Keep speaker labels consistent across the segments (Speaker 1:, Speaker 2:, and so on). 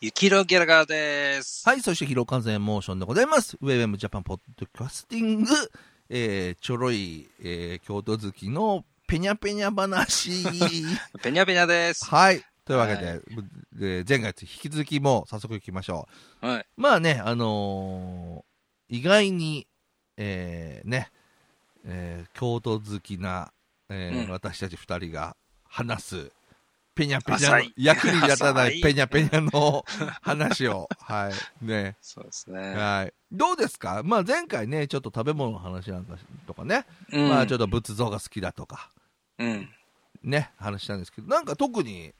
Speaker 1: ヒロギャラガーです。
Speaker 2: はい、そして、疲労感染モーションでございます。ウェブエムジャパンポッドキャスティング、えー、ちょろい、えー、京都好きのペニャペニャ 話。
Speaker 1: ペニャペニャです。
Speaker 2: はい。というわけで、
Speaker 1: は
Speaker 2: で前回と引き続きもう早速行きましょ
Speaker 1: はい。
Speaker 2: う。まあね、あのー意外に、えー、ね、えー、京都好きな、えー
Speaker 1: うん
Speaker 2: 私たち二人が話す、ペニャペニ
Speaker 1: 浅
Speaker 2: ャの
Speaker 1: い、
Speaker 2: 役に立たな
Speaker 1: 浅
Speaker 2: い
Speaker 1: い
Speaker 2: ペニャペニャの話を、はい、ね、
Speaker 1: そうですね。
Speaker 2: はい。どうですかまあ前回ね、ちょっと食べ物の話なんかとかね、
Speaker 1: うん
Speaker 2: まあちょっと仏像が好きだとか、
Speaker 1: うん。
Speaker 2: ね、話したんですけど、なんか特に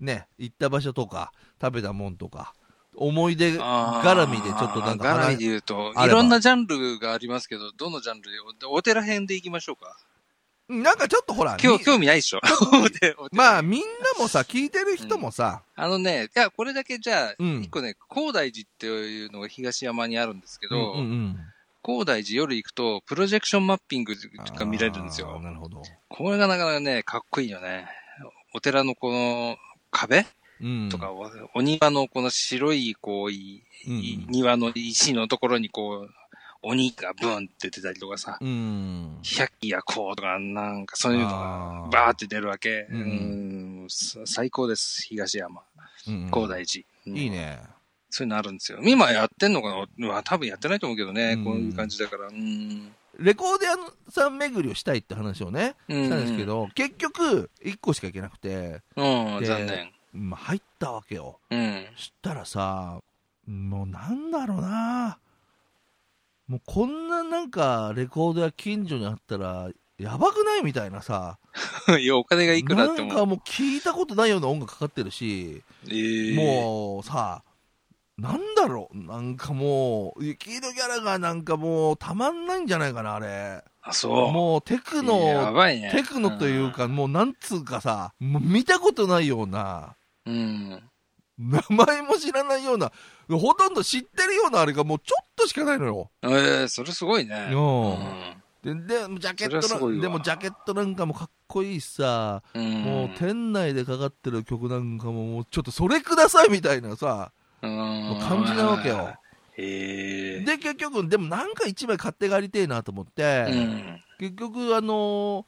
Speaker 2: ね、行った場所とか、食べたもんとか、思い出
Speaker 1: あー
Speaker 2: 絡みでちょっとなんか
Speaker 1: 絡み
Speaker 2: 話
Speaker 1: で言うと、
Speaker 2: あ
Speaker 1: い
Speaker 2: れば
Speaker 1: ろんなジャンルがありますけど、どのジャンルで、おお寺編で行きましょうか。
Speaker 2: なんかちょっとほら、
Speaker 1: 今日、
Speaker 2: み
Speaker 1: 興味ないでしょ。 お寺お寺
Speaker 2: まあみんなもさ、聞いてる人もさ、
Speaker 1: あのね、いや、これだけじゃあ、
Speaker 2: うん
Speaker 1: 一個ね、高大寺っていうのが東山にあるんですけ
Speaker 2: うん
Speaker 1: ど、
Speaker 2: うんうん
Speaker 1: 高大寺夜行くと、プロジェクションマッピングが見られるんです
Speaker 2: あー
Speaker 1: よ。
Speaker 2: なるほど。
Speaker 1: これがなかなかね、かっこいいよね。お寺のこの壁
Speaker 2: うん。
Speaker 1: とか、おお庭のこの白い、こう、い
Speaker 2: うんうん
Speaker 1: い庭の石のところにこう、鬼がブンって出たりとかさ、
Speaker 2: うん。
Speaker 1: 百鬼やこうとか、なんかそういうの
Speaker 2: あ
Speaker 1: が
Speaker 2: ー
Speaker 1: バーって出るわけ。
Speaker 2: うん
Speaker 1: うんさ最高です、東山。
Speaker 2: うん
Speaker 1: 高大寺。うん
Speaker 2: いい。ね。
Speaker 1: そういうのあるんですよ。今やってんのかなうわ多分やってないと思うけどね、
Speaker 2: うん
Speaker 1: こういう感じだから。うん。
Speaker 2: レコーディアさん巡りをしたいって話をね、
Speaker 1: うん
Speaker 2: したんですけど、結局、1個しか行けなくて、
Speaker 1: うん、
Speaker 2: で
Speaker 1: 残念。
Speaker 2: まあ、入ったわけよ。
Speaker 1: うん。
Speaker 2: そしたらさ、もうなんだろうな。もうこんななんかレコードや近所にあったら、やばくないみたいなさ。
Speaker 1: いや、お金がいくらあって
Speaker 2: なん
Speaker 1: も。
Speaker 2: かもう聞いたことないような音楽かかってるし、
Speaker 1: えー
Speaker 2: もうさ、なんだろうなんかもう、雪のギャラがなんかもうたまんないんじゃないかな、あれ。
Speaker 1: あ、そう。
Speaker 2: もうテク
Speaker 1: や
Speaker 2: ノ、
Speaker 1: ばいね。
Speaker 2: テクノというか、もうなんつうかさ、もう見たことないような。
Speaker 1: うん。うん。
Speaker 2: 名前も知らないような、ほとんど知ってるようなあれがもうちょっとしかないのよ。
Speaker 1: えー、それすごいね。
Speaker 2: で、で、ジャケッ
Speaker 1: それはす
Speaker 2: ト
Speaker 1: ごい
Speaker 2: な
Speaker 1: わ
Speaker 2: でもジャケットなんかもかっこいいしさ、
Speaker 1: うん。
Speaker 2: もう店内でかかってる曲なんかももうちょっとそれくださいみたいなさ、もう感じなわけよ。
Speaker 1: へえ。
Speaker 2: で、結局、でもなんか一枚買って帰りてえなと思って、
Speaker 1: うん。
Speaker 2: 結局、あのー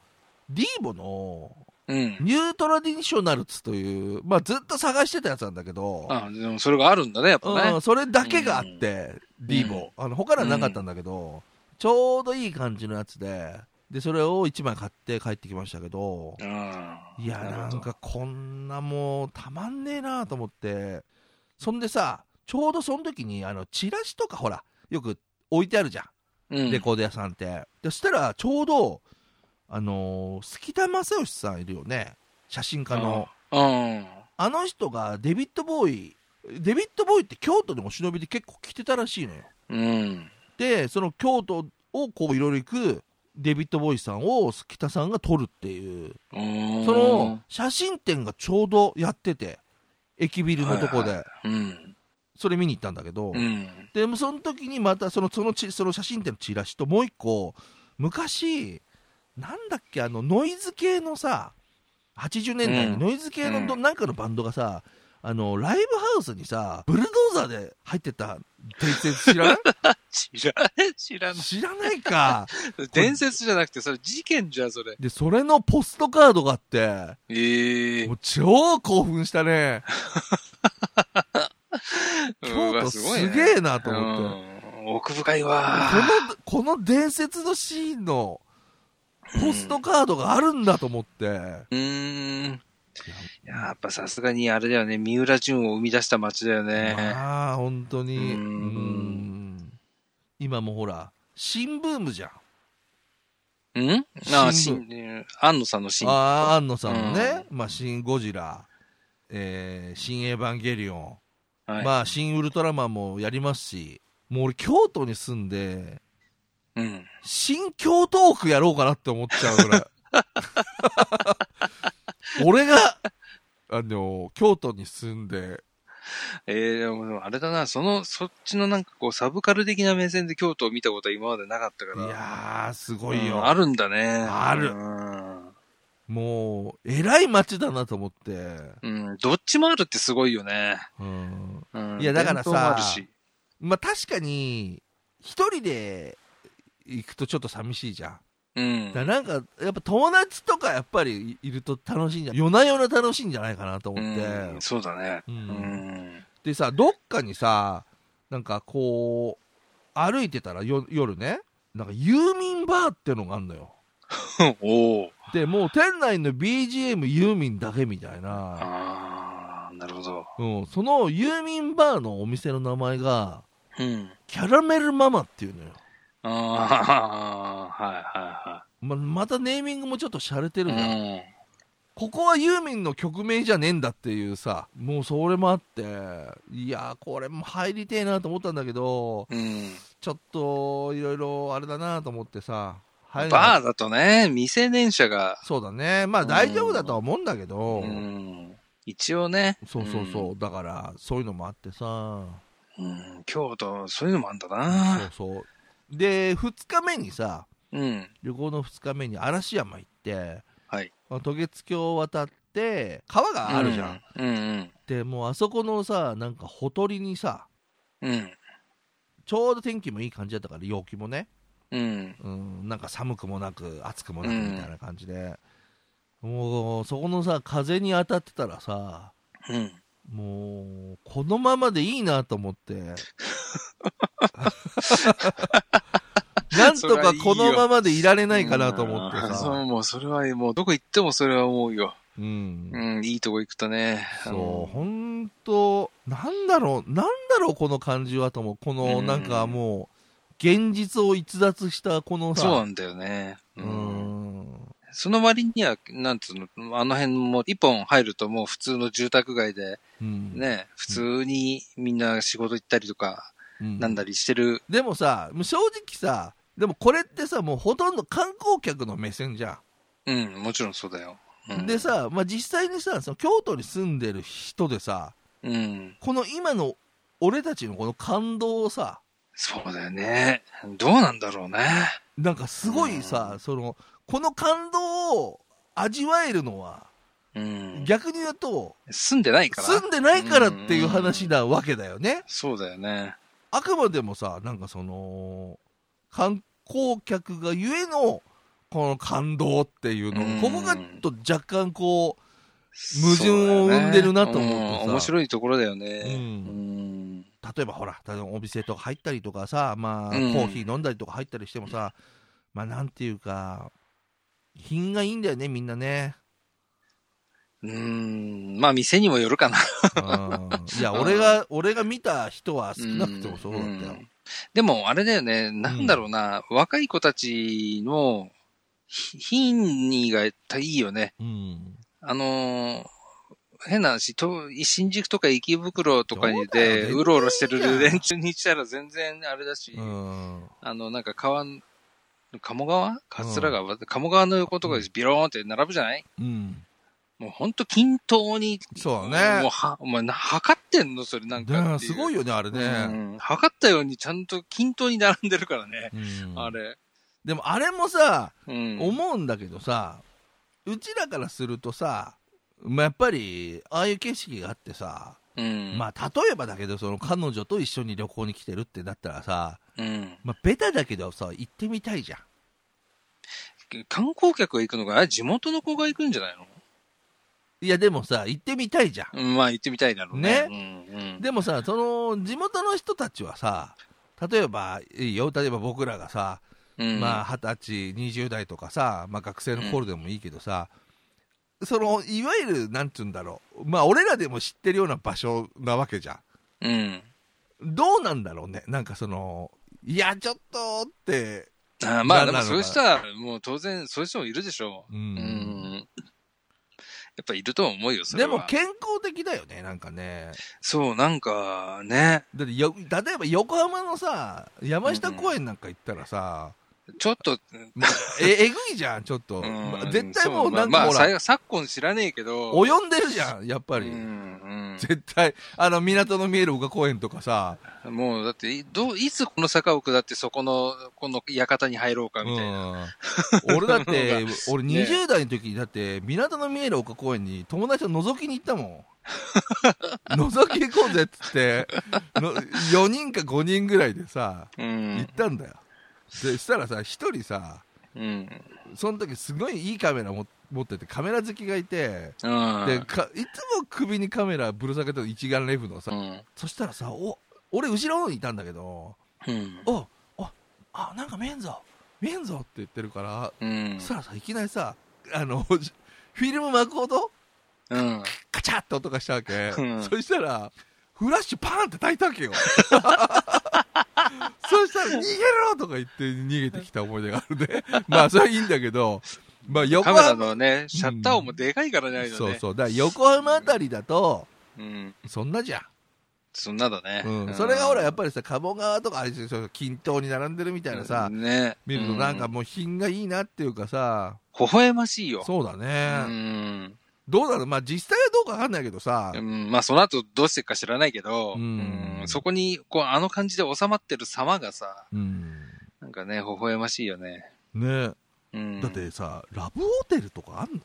Speaker 2: ディーボの
Speaker 1: うん。
Speaker 2: ニュートラディショナルズという、まあずっと探してたやつなんだけど、
Speaker 1: あ、でもそれがあるんだね、やっぱ
Speaker 2: う
Speaker 1: ね
Speaker 2: ん、。それだけがあって、ディーボ、あの他らなかったんだけど、ちょうどいい感じのやつででそれを1枚買って帰ってきましたけど、
Speaker 1: うん。
Speaker 2: いや
Speaker 1: るほ
Speaker 2: な
Speaker 1: ど
Speaker 2: ん。かこんなもうたまんねえなと思ってそんでさちょうどその時にあのチラシとかほらよく置いてあるじゃん、
Speaker 1: うん。
Speaker 2: レコード屋さんってでそしたらちょうどあのー、杉田正義さんいるよね写真家の、
Speaker 1: うん。
Speaker 2: あの人がデビッド・ボーイデビッド・ボーイって京都でも忍びで結構来てたらしいのよ
Speaker 1: うん。
Speaker 2: でその京都をこういろいろ行くデビッド・ボーイさんを北さんが撮るっていう
Speaker 1: うん。
Speaker 2: その、写真展がちょうどやってて駅ビルのとこ
Speaker 1: は
Speaker 2: で
Speaker 1: うん。
Speaker 2: それ見に行ったんだけど、
Speaker 1: うん。
Speaker 2: でもその時にまたそのそのちその写真展のチラシともう一個昔なんだっけあのノイズ系のさ80年代
Speaker 1: う
Speaker 2: に
Speaker 1: ん
Speaker 2: ノイズ系のど、
Speaker 1: うん
Speaker 2: なんかのバンドがさあのライブハウスにさブルドーザーで入ってた伝説知ら な
Speaker 1: 知ら、知ら
Speaker 2: い
Speaker 1: な
Speaker 2: 知らないか
Speaker 1: い。伝説じゃなくて、それ事件じゃん、それ。
Speaker 2: で、それのポストカードがあって、
Speaker 1: ええ
Speaker 2: も。う超興奮したね。
Speaker 1: う
Speaker 2: 京
Speaker 1: わ
Speaker 2: 都
Speaker 1: すごい
Speaker 2: す
Speaker 1: ね
Speaker 2: げえなと思って。
Speaker 1: うん奥深いわ。
Speaker 2: この、この伝説のシーンのポストカードがあるんだと思って。
Speaker 1: うーん。やっぱさすがにあれだよね、三浦淳を生み出した街だよね。
Speaker 2: まあ、本当に。
Speaker 1: う
Speaker 2: うんん今もほら、新ブームじゃん。
Speaker 1: うんああ、
Speaker 2: 新
Speaker 1: 新、うん安野さんの新。あ
Speaker 2: ああ、安野さんのね。まあ、新ゴジラ。えー、新エヴァンゲリオン。
Speaker 1: はい
Speaker 2: まあ、新ウルトラマンもやりますし。もう俺、京都に住んで、
Speaker 1: うん。
Speaker 2: 新京都区やろうかなって思っちゃうぐ らい。俺が、あの、京都に住んで、
Speaker 1: えー、でもでもあれだな、その、そっちのなんかこう、サブカル的な目線で京都を見たことは今までなかったか
Speaker 2: い
Speaker 1: ら。
Speaker 2: やー、すごい
Speaker 1: うん
Speaker 2: よ。
Speaker 1: あるんだね。
Speaker 2: ある
Speaker 1: うん
Speaker 2: もう、えらい街だなと思って。
Speaker 1: うん、どっちもあるってすごいよね。
Speaker 2: うん。
Speaker 1: うん、
Speaker 2: いやだからさ
Speaker 1: 伝統もあるし
Speaker 2: まあ確かに、一人で行くとちょっと寂しいじゃん。
Speaker 1: うん
Speaker 2: だか。らなんか、やっぱ友達とかやっぱりいると楽しいんじゃ、夜な夜な楽しいんじゃないかなと思って。
Speaker 1: うんそうだね。
Speaker 2: う
Speaker 1: うんん。
Speaker 2: でさどっかにさなんかこう歩いてたらよ夜ねなんかユーミンバーってのがあんのよ
Speaker 1: おお。
Speaker 2: でもう店内の BGM ユーミンだけみたいな、
Speaker 1: ああ、なるほど。
Speaker 2: うん、そのユーミンバーのお店の名前が
Speaker 1: うん。
Speaker 2: キャラメルママっていうのよ
Speaker 1: ああ、は
Speaker 2: ままたネーミングもちょっと洒落て
Speaker 1: い
Speaker 2: る
Speaker 1: はい
Speaker 2: じゃん、
Speaker 1: はい。
Speaker 2: ここはユーミンの曲名じゃねえんだっていうさもうそれもあっていやーこれも入りてえなと思ったんだけど
Speaker 1: うん。うん。
Speaker 2: ちょっといろいろあれだなと思ってさ入れなかった
Speaker 1: バーだとね、未成年者が、
Speaker 2: そうだね。まあ
Speaker 1: うん
Speaker 2: 大丈夫だとは思うんだけど、
Speaker 1: うん。一応ね。
Speaker 2: そうそうそう。だから、そういうのもあってさ、
Speaker 1: うん。うん。京都、そういうのもあんだ
Speaker 2: そ
Speaker 1: な
Speaker 2: う。そう。で、2日目にさ、
Speaker 1: うん。
Speaker 2: 旅行の2日目に嵐山行って、
Speaker 1: はい。
Speaker 2: まあ渡月橋を渡って、川があるじゃん。。
Speaker 1: うんうん。
Speaker 2: で、もうあそこのさ、なんかほとりにさ、
Speaker 1: うん。
Speaker 2: ちょうど天気もいい感じだったから、陽気もね。
Speaker 1: うん。
Speaker 2: うん、なんか寒くもなく、暑くもなくみたいな感じで。もう、そこのさ、風に当たってたらさ、
Speaker 1: うん。
Speaker 2: もうこのままでいいなと思って なんとかこのままでいられないかなと思って
Speaker 1: そ
Speaker 2: さ
Speaker 1: う、もうそれは、もうどこ行ってもそれは思うよ。
Speaker 2: うん
Speaker 1: うん、いいとこ行くとね。あの
Speaker 2: そう本当なんだろうなんだろうこの感じはと思うこの
Speaker 1: うん
Speaker 2: なんかもう現実を逸脱したこのさ
Speaker 1: そうなんだよね。う。
Speaker 2: うんん
Speaker 1: その割には、なんつうの、あの辺も一本入るともう普通の住宅街で、
Speaker 2: うん
Speaker 1: ね、普通にみんな仕事行ったりとか、
Speaker 2: うん
Speaker 1: なんだりしてる。
Speaker 2: でもさもう正直さでもこれってさもうほとんど観光客の目線じゃん
Speaker 1: うん、もちろんそうだよ。うん、
Speaker 2: で、さ、まあ、実際にさその京都に住んでる人でさ
Speaker 1: うん。
Speaker 2: この今の俺たちのこの感動をさ
Speaker 1: そうだよね。どうなんだろうね。
Speaker 2: なんかすごいさ、
Speaker 1: うん
Speaker 2: そのこの感動を味わえるのは、
Speaker 1: うん。
Speaker 2: 逆に言うと
Speaker 1: 住んでないから。
Speaker 2: 住んでないからっていう話なわけだよね、
Speaker 1: そうだよね。
Speaker 2: あくまでもさなんかその観光客がゆえのこの感動っていうの、
Speaker 1: うん
Speaker 2: ここがちょっと若干こ矛盾を生んでるなと思
Speaker 1: そうだ
Speaker 2: ってさ
Speaker 1: よねうん面白いところだよ
Speaker 2: う、
Speaker 1: ね。
Speaker 2: うん
Speaker 1: うん。
Speaker 2: 例えばほら例えばお店とか入ったりとかさ、ま
Speaker 1: う
Speaker 2: あ
Speaker 1: ん
Speaker 2: コーヒー飲んだりとか入ったりしてもさ、まあなんていうか品がいいんだよねみんなね、
Speaker 1: うーん、まあ店にもよるかな。
Speaker 2: うん、い や
Speaker 1: うん
Speaker 2: 俺が俺が見た人は少なくてもそうだったよ、
Speaker 1: んでもあれだよね、なんだろうな、若い子たちのひ品にがいいよね。
Speaker 2: うん
Speaker 1: あのー変な話と、新宿とか池袋とかに
Speaker 2: そうだよ
Speaker 1: で、
Speaker 2: 全然
Speaker 1: うろうろしてる
Speaker 2: いいや
Speaker 1: 連中にしたら全然あれだし、
Speaker 2: うん
Speaker 1: あの、なんか川、鴨川桂川、鴨川の横とかでビローンって並ぶじゃない
Speaker 2: うん
Speaker 1: もうほんと均等に、
Speaker 2: そうだ
Speaker 1: も
Speaker 2: ね
Speaker 1: うは、お前な、測ってんのそれなんかって
Speaker 2: ね
Speaker 1: いう。
Speaker 2: すごいよねあれね、
Speaker 1: うん、測ったようにちゃんと均等に並んでるからね、
Speaker 2: うん
Speaker 1: あれ。
Speaker 2: でもあれもさ
Speaker 1: うん。
Speaker 2: 思うんだけどさうちらからするとさ、まあ、やっぱりああいう景色があってさ
Speaker 1: うん。
Speaker 2: まあ例えばだけどその彼女と一緒に旅行に来てるってなったらさ、
Speaker 1: うん。
Speaker 2: まあ、ベタだけどさ行ってみたいじゃん
Speaker 1: 観光客が行くのが、あ地元の子が行くんじゃないの
Speaker 2: いやでもさ行ってみたいじゃん
Speaker 1: うんまあ行ってみたいだろうね。うんうん、
Speaker 2: でもさその地元の人たちはさ例えばいいよ例えば僕らがさ
Speaker 1: うん、
Speaker 2: まあ二十歳20代とかさ、まあ、学生の頃でもいいけどさ、そのいわゆるなんつうんだろうまあ俺らでも知ってるような場所なわけじゃん
Speaker 1: うん。
Speaker 2: どうなんだろうねなんかそのいやちょっとって
Speaker 1: あま
Speaker 2: な
Speaker 1: あでも
Speaker 2: なのかな
Speaker 1: そういう人は、もう当然、そういう人もいるでしょ
Speaker 2: う
Speaker 1: う。うん。
Speaker 2: ん
Speaker 1: やっぱいると思うよ、それ
Speaker 2: で
Speaker 1: は。
Speaker 2: も健康的だよねなんかね
Speaker 1: そう、なんか、ね。
Speaker 2: だってよ例えば横浜のさ山下公園なんか行ったらさ、
Speaker 1: ちょっと、
Speaker 2: え、えぐいじゃん、ちょっと。
Speaker 1: うん
Speaker 2: まあ絶対もう
Speaker 1: そまあ
Speaker 2: なんか
Speaker 1: ま
Speaker 2: ほ
Speaker 1: あ、さ
Speaker 2: ら、
Speaker 1: 昨今知らねえけど。やっ
Speaker 2: 及んでるじゃん、やっぱり。
Speaker 1: うん
Speaker 2: 絶対、あの、港の見える丘公園とかさ、
Speaker 1: うん、もう、だって、いどう、いつこの坂を下ってそこの、この館に入ろうかみたいな。
Speaker 2: うん、俺だ って、俺20代の時に、だって、港の見える丘公園に友達と覗きに行ったもん。 覗き行こうぜっつって、の4人か5人ぐらいでさ、
Speaker 1: う
Speaker 2: 行っ
Speaker 1: ん。
Speaker 2: たんだよ。でしたらさ、1人さ、
Speaker 1: うん。
Speaker 2: その時すごいいいカメラも持ってて、カメラ好きがいて、
Speaker 1: うん。
Speaker 2: でかいつも首にカメラぶら下げてる一眼レフのさ、
Speaker 1: うん。
Speaker 2: そしたらさ、お俺、後ろの方にいたんだけど、
Speaker 1: うん。
Speaker 2: おおあなんか見えんぞ見えんぞって言ってるから、
Speaker 1: うん
Speaker 2: そしたらさいきなりさあの フィルム巻く音
Speaker 1: うん。
Speaker 2: カチャッと音がしたわけ、
Speaker 1: うん
Speaker 2: そしたらフラッシュパーンって焚いたわ けよそしたら逃げろとか言って逃げてきた思い出があるで まあそれはいいんだけどまあ横
Speaker 1: カメラ
Speaker 2: 浜
Speaker 1: のね、シャッター音もでかいからね、ああいのね。
Speaker 2: そうそうだから横浜あたりだと
Speaker 1: うん。
Speaker 2: そんなじゃん
Speaker 1: そんなだね。
Speaker 2: うん、それがほらやっぱりさ鴨川とかあれでしょ均等に並んでるみたいなさ、
Speaker 1: ね。
Speaker 2: 見るとなんか
Speaker 1: うん、
Speaker 2: もう品がいいなっていうかさ、
Speaker 1: 微笑ましいよ。
Speaker 2: そうだ
Speaker 1: う
Speaker 2: ね、
Speaker 1: ん。
Speaker 2: どうなのまあ実際はどうかわかんないけどさ、
Speaker 1: うん、まあその後どうしてるか知らないけど、
Speaker 2: うん
Speaker 1: うんそこに、こう、あの感じで収まってる様がさ、
Speaker 2: うん、
Speaker 1: なんかね、微笑ましいよね。
Speaker 2: ね
Speaker 1: うん。
Speaker 2: だってさラブホテルとかあんの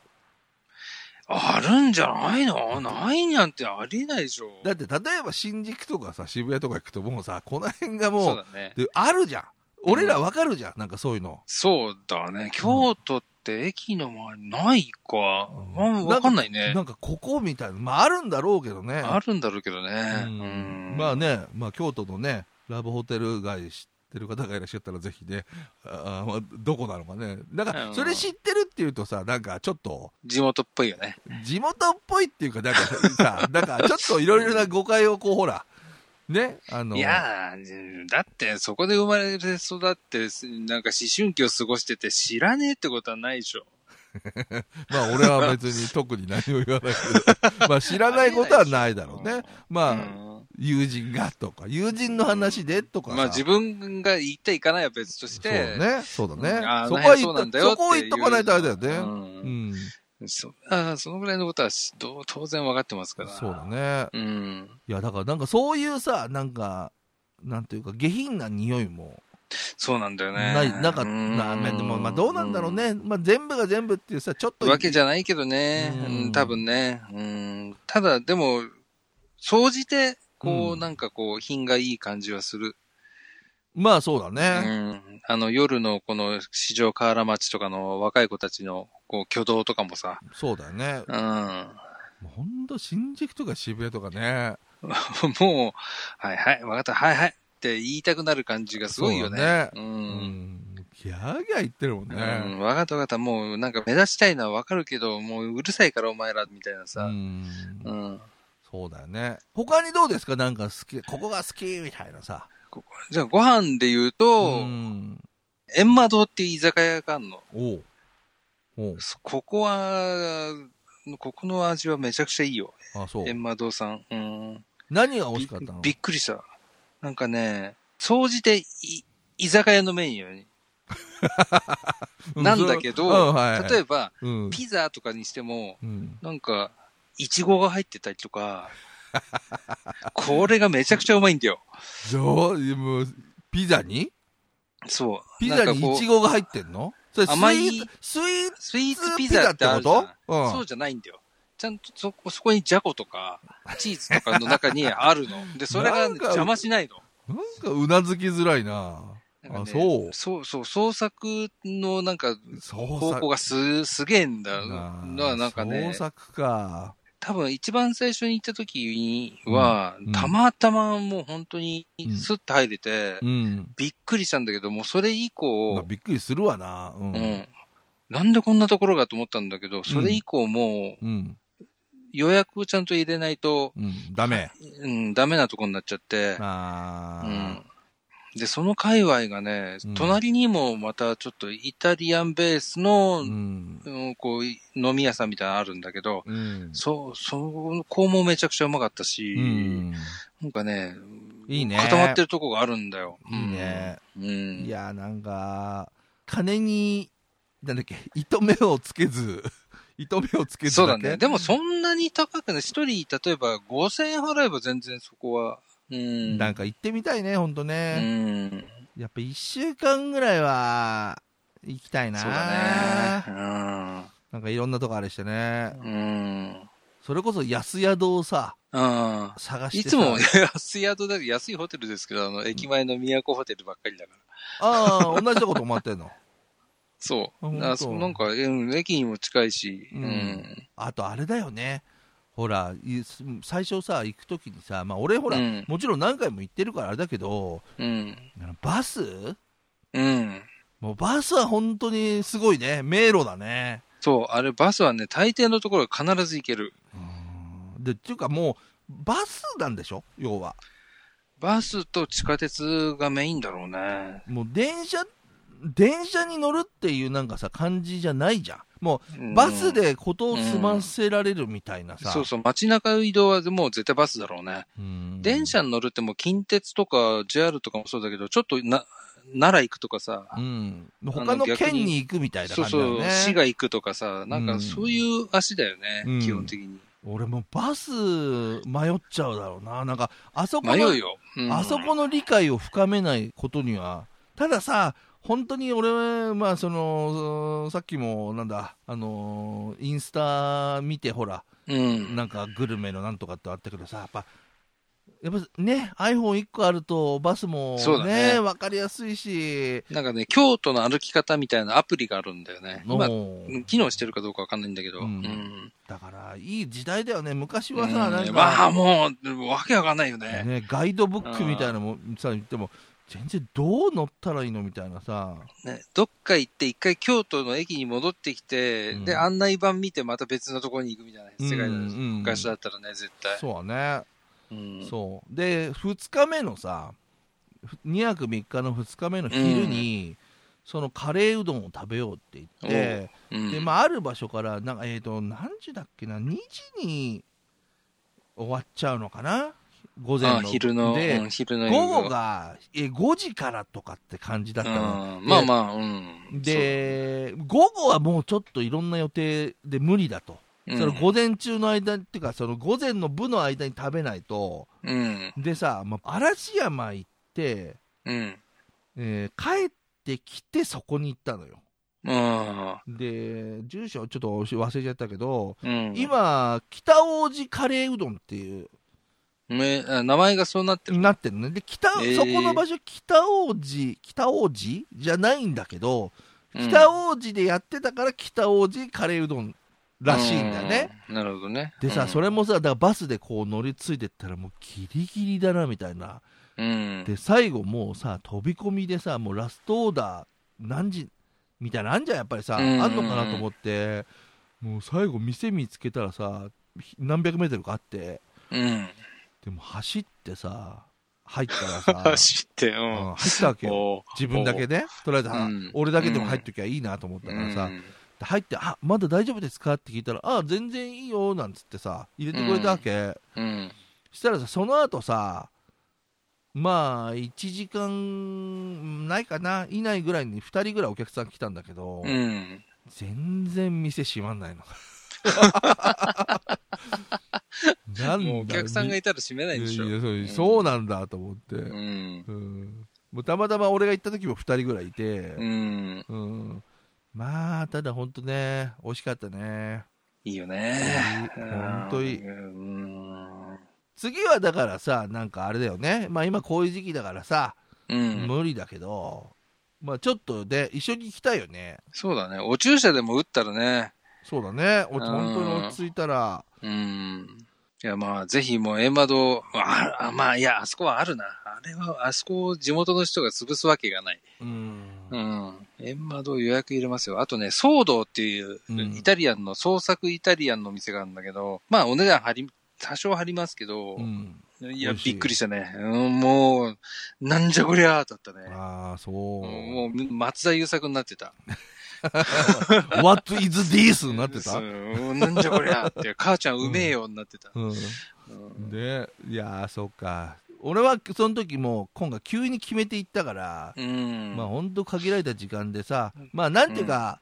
Speaker 1: あるんじゃないのないなんてありえないでしょ。
Speaker 2: だって例えば新宿とかさ渋谷とか行くともうさこの辺が
Speaker 1: そ
Speaker 2: も
Speaker 1: う
Speaker 2: う
Speaker 1: だね。
Speaker 2: であるじゃん俺らわかるじゃん、なんかそういうの
Speaker 1: そうだね。京都って駅の周りないか。
Speaker 2: うん
Speaker 1: あわかんないね
Speaker 2: な。んかここみたいなまああるんだろうけどね
Speaker 1: あるんだろうけどね。
Speaker 2: うん
Speaker 1: うん
Speaker 2: まあね、まあ、京都のねラブホテル街知ってる方がいらっしゃったらぜひねあー、まあ、どこなのかねなん
Speaker 1: う
Speaker 2: か
Speaker 1: ん
Speaker 2: それ知ってるっていうとさなんかちょっと
Speaker 1: 地元っぽいよね。
Speaker 2: 地元っぽいっていうかなんかさ なんかちょっといろいろな誤解をこうほらねあの
Speaker 1: いやー、だってそこで生まれて育って、なんか思春期を過ごしてて知らねえってことはないでしょ。
Speaker 2: まあ俺は別に特に何も言わない けどまあ知らないことはないだろうねまあ、
Speaker 1: うん
Speaker 2: 友人がとか友人の話でとかさ、
Speaker 1: まあ自分が行った行かないは別として、
Speaker 2: そうねそうだね、
Speaker 1: あー
Speaker 2: そこ
Speaker 1: な
Speaker 2: は
Speaker 1: んや
Speaker 2: 言
Speaker 1: そ
Speaker 2: っ
Speaker 1: う
Speaker 2: と
Speaker 1: なんだよ
Speaker 2: そこは言っとかないとあれだよね、
Speaker 1: うん
Speaker 2: うん、
Speaker 1: そあーそのぐらいのことはしどう当然分かってますから。
Speaker 2: そうだ。ね。
Speaker 1: うん。
Speaker 2: いや、だからなんかそういうさ、なんか、なんていうか、下品な匂いも、
Speaker 1: そうなんだよね。
Speaker 2: ない、なんか、
Speaker 1: うん
Speaker 2: なでも、まあどうなんだろうね。まあ全部が全部っていうさ、ちょっと。
Speaker 1: わけじゃないけどね、
Speaker 2: う
Speaker 1: うんん、多分ね。うん、ただ、でも、総じて、こう、
Speaker 2: うん
Speaker 1: なんかこう、品がいい感じはする。
Speaker 2: まあそうだ
Speaker 1: う
Speaker 2: ね。
Speaker 1: ん。あの、夜のこの市場河原町とかの若い子たちの、こう、挙動とかもさ、
Speaker 2: そうだよね。
Speaker 1: うん。
Speaker 2: もうほんと、新宿とか渋谷とかね。
Speaker 1: もう、はいはい、わかった、はいはいって言いたくなる感じがすごいよね。
Speaker 2: そうだね
Speaker 1: う。
Speaker 2: うんん。ギャーギャー言ってるもん
Speaker 1: う
Speaker 2: ね。
Speaker 1: ん、わかったわかった、もうなんか目立ちたいのはわかるけど、もううるさいからお前ら、みたいな
Speaker 2: う
Speaker 1: さ。
Speaker 2: ん
Speaker 1: うん。
Speaker 2: そうだよね。他にどうですかなんか好き、ここが好きみたいなさ。
Speaker 1: ここじゃあご飯で言うと、
Speaker 2: ん。
Speaker 1: 閻魔堂っていう居酒屋があるの。
Speaker 2: おう。おう。
Speaker 1: そここは、ここの味はめちゃくちゃいいよ。
Speaker 2: あ、そう
Speaker 1: 閻。魔堂さん。うん。
Speaker 2: 何が美味しかったの
Speaker 1: びびっくりした。なんかね、総じてい居酒屋のメニューに。なんだけど、例
Speaker 2: え
Speaker 1: えば、
Speaker 2: ば、うん
Speaker 1: ピザとかにしても、
Speaker 2: うん
Speaker 1: なんか、イチゴが入ってたりと か、これがめちゃくちゃうまいんだよ。
Speaker 2: どうもうピザに
Speaker 1: そう。
Speaker 2: ピザにイチ
Speaker 1: ゴ
Speaker 2: ゴが入ってんのそれスイ
Speaker 1: 甘い
Speaker 2: ーツ、スイーツ
Speaker 1: スイーツピザってあるじゃ
Speaker 2: ピザ
Speaker 1: ん
Speaker 2: ってことうん
Speaker 1: そうじゃないんだよ。ちゃんとそこ、そこにじゃことか、チーズとかの中にあるの。で、それが
Speaker 2: なんか
Speaker 1: 邪魔しないの。
Speaker 2: なんかうなずきづらいな
Speaker 1: なん
Speaker 2: あ
Speaker 1: かね
Speaker 2: そう
Speaker 1: そうそう、創作のなんか、
Speaker 2: 創
Speaker 1: 方向がす、すげえんだ。
Speaker 2: なあ
Speaker 1: ななんかね
Speaker 2: 創、作か
Speaker 1: 多分一番最初に行った時には、
Speaker 2: うんうん
Speaker 1: たまたまもう本当にスッと入れて、
Speaker 2: うん
Speaker 1: びっくりしたんだけど、もうそれ以
Speaker 2: まあ
Speaker 1: 降、
Speaker 2: びっくりするわなう
Speaker 1: うんん。なんでこんなところがと思ったんだけど、それ以降もう
Speaker 2: うん
Speaker 1: 予約をちゃんと入れないと、
Speaker 2: うんダメ
Speaker 1: うん、ダメなとこになっちゃって、
Speaker 2: あ
Speaker 1: う
Speaker 2: ー
Speaker 1: ん。で、その界隈がね
Speaker 2: うん、
Speaker 1: 隣にもまたちょっとイタリアンベースの、
Speaker 2: うん
Speaker 1: うんこう、飲み屋さんみたいなのあるんだけど、
Speaker 2: うん
Speaker 1: そ、そこもめちゃくちゃうまかったし、
Speaker 2: うん
Speaker 1: なんかね、
Speaker 2: いいね
Speaker 1: 固まってるとこがあるんだよ。
Speaker 2: いいね
Speaker 1: うん。うん。
Speaker 2: いやなんか金に、なんだっけ、糸目をつけず、 糸目をつけず
Speaker 1: そうだね。で
Speaker 2: も、
Speaker 1: もそんなに高くない。一人、例えば5000円払えば全然そこは。うん。
Speaker 2: なんか行ってみたいね、ほんと
Speaker 1: う
Speaker 2: ね。
Speaker 1: ん。
Speaker 2: やっぱ1週間ぐらいは、行きたいな。
Speaker 1: そうだね。
Speaker 2: なんかいろんなとこあれしてね。
Speaker 1: うん。うん。
Speaker 2: それこそ安宿をさ、
Speaker 1: うん。
Speaker 2: 探して
Speaker 1: い
Speaker 2: さ
Speaker 1: つも安い宿だけど、安いホテルですけど、あの、駅前の都ホテルばっかりだから。
Speaker 2: ああ、同じとこ泊まってんの。
Speaker 1: そ
Speaker 2: あ
Speaker 1: う。
Speaker 2: 本当
Speaker 1: あそうなんか、うん、駅にも近いし、
Speaker 2: う
Speaker 1: うんん。
Speaker 2: あとあれだよね。ほら、い最初さ、行くときにさ、まあ俺ほら、
Speaker 1: うん
Speaker 2: もちろん何回も行ってるからあれだけど、
Speaker 1: うん。
Speaker 2: あのバス
Speaker 1: うん。
Speaker 2: もうバスは本当にすごいね。迷路だね。
Speaker 1: そう、あれ、バスはね、大抵のところ必ず行ける。
Speaker 2: で、っていうかもう、バスなんでしょ要は。
Speaker 1: バスと地下鉄がメインだろうね。
Speaker 2: もう電車、電車に乗るっていうなんかさ、感じじゃないじゃん。も
Speaker 1: う
Speaker 2: う、
Speaker 1: ん
Speaker 2: バスでことを済ませられるみたいなさ。
Speaker 1: そうそう、街中移動はもう絶対バスだろうね。
Speaker 2: うん
Speaker 1: 電車に乗るってもう近鉄とか JR とかもそうだけど、ちょっとな、奈良行くとかさ、
Speaker 2: うん。他の
Speaker 1: あの逆
Speaker 2: 県
Speaker 1: に
Speaker 2: に行くみたいな
Speaker 1: そ
Speaker 2: 感
Speaker 1: う
Speaker 2: じだよ
Speaker 1: そう、
Speaker 2: ね。
Speaker 1: 市が行くとかさ、なん
Speaker 2: う
Speaker 1: か
Speaker 2: ん
Speaker 1: そういう足だよね、
Speaker 2: うん
Speaker 1: 基本的に。
Speaker 2: 俺もうバス迷っちゃうだろうな。なんか、あそこ
Speaker 1: 迷
Speaker 2: の、
Speaker 1: うよ。うん
Speaker 2: あそこの理解を深めないことには、たださ、本当に俺、まあその、さっきもなんだ、あのーインスタ見てほら、
Speaker 1: うん。
Speaker 2: なんかグルメのなんとかってあったけどさ、やっぱ、やっぱね、iPhone1 個あるとバスも
Speaker 1: そうだ
Speaker 2: ね、
Speaker 1: ね
Speaker 2: わ、かりやすいし、
Speaker 1: なんかね、京都の歩き方みたいなアプリがあるんだよね。今、
Speaker 2: もう
Speaker 1: 機能してるかどうかわかんないんだけど。
Speaker 2: う
Speaker 1: うんん。
Speaker 2: だから、いい時代だよね。昔
Speaker 1: う
Speaker 2: はさ、なん
Speaker 1: ん
Speaker 2: か、
Speaker 1: まあ、もう、わけわかんないよね。
Speaker 2: ね、ガイドブックみたいなのもさ、言っても、全然どう乗ったらいいのみたいなさ、
Speaker 1: ね、どっか行って、一回京都の駅に戻ってきて、
Speaker 2: うん
Speaker 1: で、案内板見て、また別のところに行くみたいな世界だ、
Speaker 2: うんうん
Speaker 1: 昔だったらね、絶対。
Speaker 2: そうだね、
Speaker 1: うん
Speaker 2: そう。で、2日目のさ、2泊3日の2日目の昼に、そのカレーうどんを食べようって言って、
Speaker 1: うん
Speaker 2: で、まあ、ある場所から、なんか、えっ、と、何時だっけな、2時に終わっちゃうのかな午前
Speaker 1: あ
Speaker 2: の。
Speaker 1: 昼の、
Speaker 2: で、
Speaker 1: うん昼の
Speaker 2: 午後が、え、5時からとかって感じだったの。
Speaker 1: うん、まあまあ、うん。
Speaker 2: で、午後はもうちょっといろんな予定で無理だと。
Speaker 1: そう、
Speaker 2: その午前中の間っていうか、その午前の部の間に食べないと、
Speaker 1: うん、うん、
Speaker 2: でさ、まあ、嵐山行って、
Speaker 1: うん。
Speaker 2: えー帰ってきてそこに行ったのよ。
Speaker 1: うん。
Speaker 2: で、住所ちょっと忘れちゃったけど、
Speaker 1: うん、
Speaker 2: 今、北王子カレーうどんっていう、
Speaker 1: めあ名前がそうなってる。
Speaker 2: になってるね。で、北、
Speaker 1: えー
Speaker 2: そこの場所、北王子、北王子じゃないんだけど、
Speaker 1: うん
Speaker 2: 北王子でやってたから北王子カレーうどんらしいんだよね。
Speaker 1: うん。なるほどね。
Speaker 2: でさ、
Speaker 1: うん
Speaker 2: それ、もさ、だからバスでこう乗り継いでったらもうギリギリだなみたいな。
Speaker 1: うん。
Speaker 2: で、最後もうさ、飛び込みでさ、もうラストオーダー何時みたいなのあんじゃん、やっぱりさ、
Speaker 1: うんうんうん
Speaker 2: あんのかなと思って、もう最後店見つけたらさ、ひ何百メートルかあって、
Speaker 1: うん。
Speaker 2: でも走ってさ、入ったらさ、
Speaker 1: 走って、う
Speaker 2: うん
Speaker 1: ん。
Speaker 2: 入ったわけよ。
Speaker 1: お
Speaker 2: 自分だけね、とりあえず、
Speaker 1: うん
Speaker 2: 俺だけでも入っときゃいいなと思っ
Speaker 1: う
Speaker 2: たからさ、
Speaker 1: ん
Speaker 2: で入って、あまだ大丈夫ですかって聞いたら、あ全然いいよなんつってさ、入れてくれたわけ。
Speaker 1: うん。
Speaker 2: したらさその後さまあ1時間ないかな以内ぐらいに2人ぐらいお客さん来たんだけど、
Speaker 1: うん。
Speaker 2: 全然店閉ま んないのなんだ
Speaker 1: もうお客さんがいたら閉めないでしょ。
Speaker 2: ややそう
Speaker 1: うん
Speaker 2: そうなんだと思って、
Speaker 1: う
Speaker 2: うん
Speaker 1: ん。
Speaker 2: もうたまたま俺が行った時も2人ぐらいいて
Speaker 1: う、ん。
Speaker 2: うんまあただほんとね美味しかったね
Speaker 1: いいよ
Speaker 2: いい
Speaker 1: ね。
Speaker 2: ほんといい
Speaker 1: うん。
Speaker 2: 次はだからさなんかあれだよねまあ今こういう時期だからさ、
Speaker 1: うん。
Speaker 2: 無理だけど、まあちょっとで、一緒に行きたいよね。
Speaker 1: そうだね。お注射でも打ったらね。
Speaker 2: そうだね。
Speaker 1: ん
Speaker 2: お本当に落ち着いたら、
Speaker 1: うん。いや、まあ、ぜひもう、エマド、ああまあ、いや、あそこはあるな。あれは、あそこを地元の人が潰すわけがない。
Speaker 2: うん。
Speaker 1: うん。エマド予約入れますよ。あとね、ソードっていう
Speaker 2: う、ん
Speaker 1: イタリアンの、創作イタリアンのお店があるんだけど、まあ、お値段張り、多少張りますけど、
Speaker 2: うん
Speaker 1: い
Speaker 2: 美
Speaker 1: や、
Speaker 2: 味しい
Speaker 1: びっくりしたね。うん、もう、なんじゃこりゃーだったね。
Speaker 2: ああ、そう。
Speaker 1: うんもう、松田優作になってた。
Speaker 2: What is this? になって
Speaker 1: そ
Speaker 2: た
Speaker 1: う。うんなんじゃこりゃーって、母ちゃんうめえよになってた。
Speaker 2: う
Speaker 1: うん
Speaker 2: ん。で、いやー、そうか。俺はその時もう今回急に決めていったから、
Speaker 1: うん。
Speaker 2: まあ本当限られた時間でさまあなんていうか、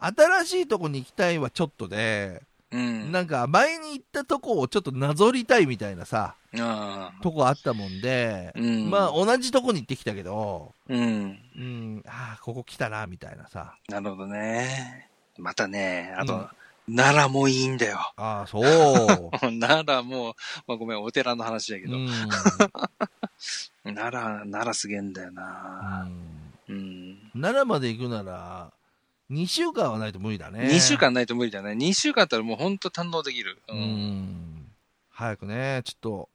Speaker 2: 新しいとこに行きたいはちょっとで、
Speaker 1: うん。
Speaker 2: なんか前に行ったとこをちょっとなぞりたいみたいなさ、
Speaker 1: ああ。
Speaker 2: とこあったもんで、
Speaker 1: うん。
Speaker 2: まあ同じとこに行ってきたけど、
Speaker 1: うん。
Speaker 2: うん、ああ、ここ来たな、みたいなさ。
Speaker 1: なるほどね。またね、あと、奈良もいいんだよ。
Speaker 2: ああ、そう。
Speaker 1: 奈良も、まあごめん、お寺の話だけ
Speaker 2: うん
Speaker 1: ど、
Speaker 2: うん
Speaker 1: 奈良、奈良すげえんだよな。うん。
Speaker 2: 奈良まで行くなら、2週間はないと無理だね。
Speaker 1: 2週間ないと無理だね。2週間あったらもうほんと堪能できる。う。
Speaker 2: うんん。早くね、ちょっと、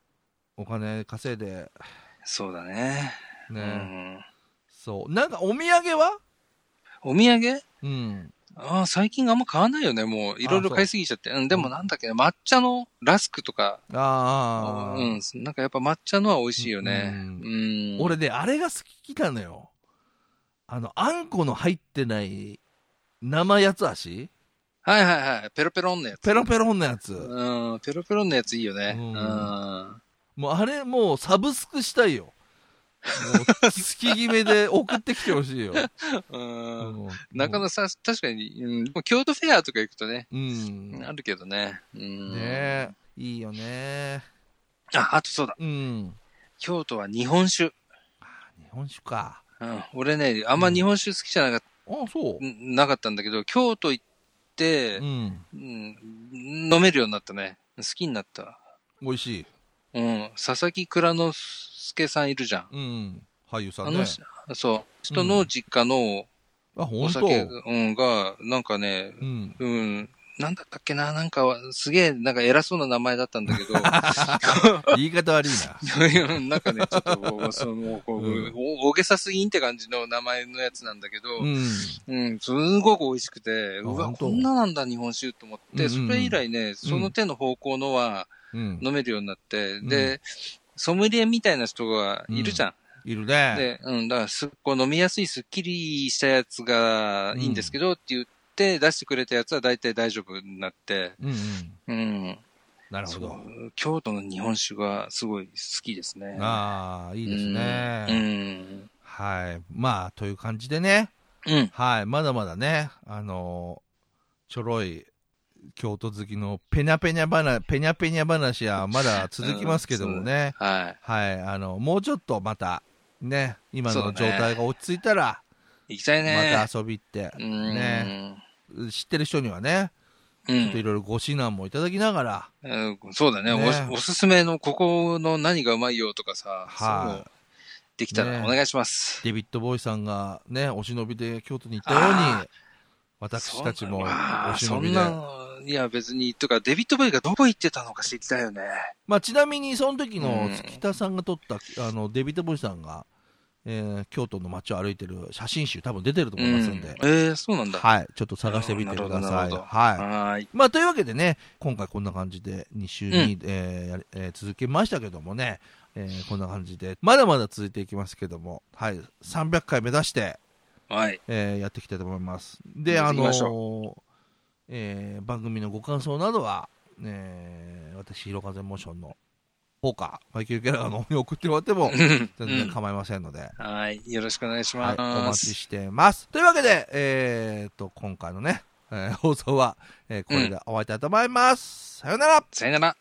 Speaker 2: お金稼いで、
Speaker 1: そうだね。う
Speaker 2: ね、
Speaker 1: ん。
Speaker 2: そう。なんかお土産は
Speaker 1: お土産
Speaker 2: うん。
Speaker 1: ああ、最近あんま買わないよね。もう、いろいろ買いすぎちゃって。うん、でもなんだっけね、抹茶のラスクとか、
Speaker 2: ああ、
Speaker 1: うん、なんかやっぱ抹茶のは美味しいよね。
Speaker 2: う
Speaker 1: うんん。
Speaker 2: 俺ね、あれが好きなのよ。あの、あんこの入ってない生八つ足
Speaker 1: はいはいはい。ペロペロンのやつ。
Speaker 2: ペロペロンのやつ。
Speaker 1: うん、ペロペロンのやついいよね。
Speaker 2: う
Speaker 1: うんん。
Speaker 2: もうあれもうサブスクしたいよ。もう好き決めで送ってきてほしいよ。
Speaker 1: うん。
Speaker 2: うん
Speaker 1: なかなかさ、確かに、うん、でも京都フェアとか行くとね、
Speaker 2: うん。
Speaker 1: あ
Speaker 2: ね
Speaker 1: るけどね。うん。
Speaker 2: えいいよね。
Speaker 1: あ、あとそうだ。
Speaker 2: うん。
Speaker 1: 京都は日本酒。
Speaker 2: 日本酒か。
Speaker 1: うん。俺ね、あんま日本酒好きじゃなか,、
Speaker 2: あそう。
Speaker 1: なかったんだけど、京都行って、
Speaker 2: うん。
Speaker 1: うん、飲めるようになったね。好きになった。
Speaker 2: 美味しい。
Speaker 1: うん。佐々木蔵之介さんいるじゃん。
Speaker 2: うん。俳優さ
Speaker 1: あ
Speaker 2: んね
Speaker 1: の。人、そう。人の実家の
Speaker 2: あ、ほ
Speaker 1: お
Speaker 2: んと
Speaker 1: 酒、うん、が、なんかね、
Speaker 2: うん。
Speaker 1: うん、なんだったっけな、なんか、すげえ、なんか偉そうな名前だったんだけ ど、
Speaker 2: 言い方悪いな。
Speaker 1: うんなんかね、ちょっともう、その、もうこう
Speaker 2: うん
Speaker 1: お大げさすぎんって感じの名前のやつなんだけど、
Speaker 2: うん。
Speaker 1: うん、すんごく美味しくて、
Speaker 2: あ
Speaker 1: うわ、
Speaker 2: 本当
Speaker 1: こんななんだ、日本酒と思っ
Speaker 2: う
Speaker 1: て、
Speaker 2: んうんうん
Speaker 1: それ以来ね、その手の方向のは
Speaker 2: うん。
Speaker 1: 飲めるようになって、
Speaker 2: うん
Speaker 1: で、ソムリエみたいな人がいるじゃん。
Speaker 2: いるね。
Speaker 1: で、うん、だからすっごい飲みやすい、すっきりしたやつがいいんですけど、って言って出してくれたやつは大体大丈夫になって、
Speaker 2: うん
Speaker 1: う
Speaker 2: うん。
Speaker 1: ん。
Speaker 2: なるほど。
Speaker 1: そう京都の日本酒がすごい好きですね。
Speaker 2: ああ、いいですね。
Speaker 1: うん。
Speaker 2: はい。まあ、という感じでね。
Speaker 1: うん。
Speaker 2: はい。まだまだね、あのーちょろい、京都好きのペニャペニャ話、ペニャペニャ話はまだ続きますけどもね。
Speaker 1: は
Speaker 2: はい。あの、もうちょっとまた、ね、今
Speaker 1: そ
Speaker 2: の
Speaker 1: う
Speaker 2: 状
Speaker 1: だね
Speaker 2: 態が落ち着いたら、
Speaker 1: い。行きたいね。
Speaker 2: また遊び行って、
Speaker 1: うん。
Speaker 2: ね、知ってる人にはね、
Speaker 1: う
Speaker 2: ちょっとい
Speaker 1: ん
Speaker 2: ろいろご指南もいただきながら、
Speaker 1: うん、そうだね
Speaker 2: ね
Speaker 1: お。おすすめのここの何がうまいよとかさ、
Speaker 2: はい
Speaker 1: そういうのできたらお
Speaker 2: ね
Speaker 1: 願いします。
Speaker 2: デビッド・ボーイさんがね、お忍びで京都に行ったよう
Speaker 1: あ
Speaker 2: に、私たちも
Speaker 1: そんな
Speaker 2: お忍びで。
Speaker 1: あーそんなのいや別に、とか、デビッド・ボーイがどこ行ってたのか知りたいよね。
Speaker 2: まあ、ちなみにその時の
Speaker 1: うん
Speaker 2: 月田さんが撮った、あのデビッド・ボーイさんが、えー京都の街を歩いてる写真集多分出てると思いますんで、
Speaker 1: うんえー、そうなんだ。
Speaker 2: はい、ちょっと探してみてくだ
Speaker 1: なる
Speaker 2: さ。
Speaker 1: ほどないるほど
Speaker 2: はい
Speaker 1: はーい。
Speaker 2: まあ、というわけでね今回こんな感じで2週に、
Speaker 1: う
Speaker 2: えーやりえー続けましたけどもね、えーこんな感じでまだまだ続いていきますけども、はい、300回目指して、
Speaker 1: はい。
Speaker 2: えーやっていきたいと思います。で、
Speaker 1: やっ
Speaker 2: あ
Speaker 1: ていき
Speaker 2: の
Speaker 1: まし
Speaker 2: ーえー番組のご感想などは、えー私、ひろかぜモーションのポーカー、マイケル・ケラーの方に送ってもらって も、全然構いませんので、
Speaker 1: はい。よろしくお願いし
Speaker 2: はい
Speaker 1: ま、す。
Speaker 2: お待ちしてます。というわけで、えー、と今回のね、えー放送は、えーこれで終わりたいと思います。さよなら
Speaker 1: さよなら。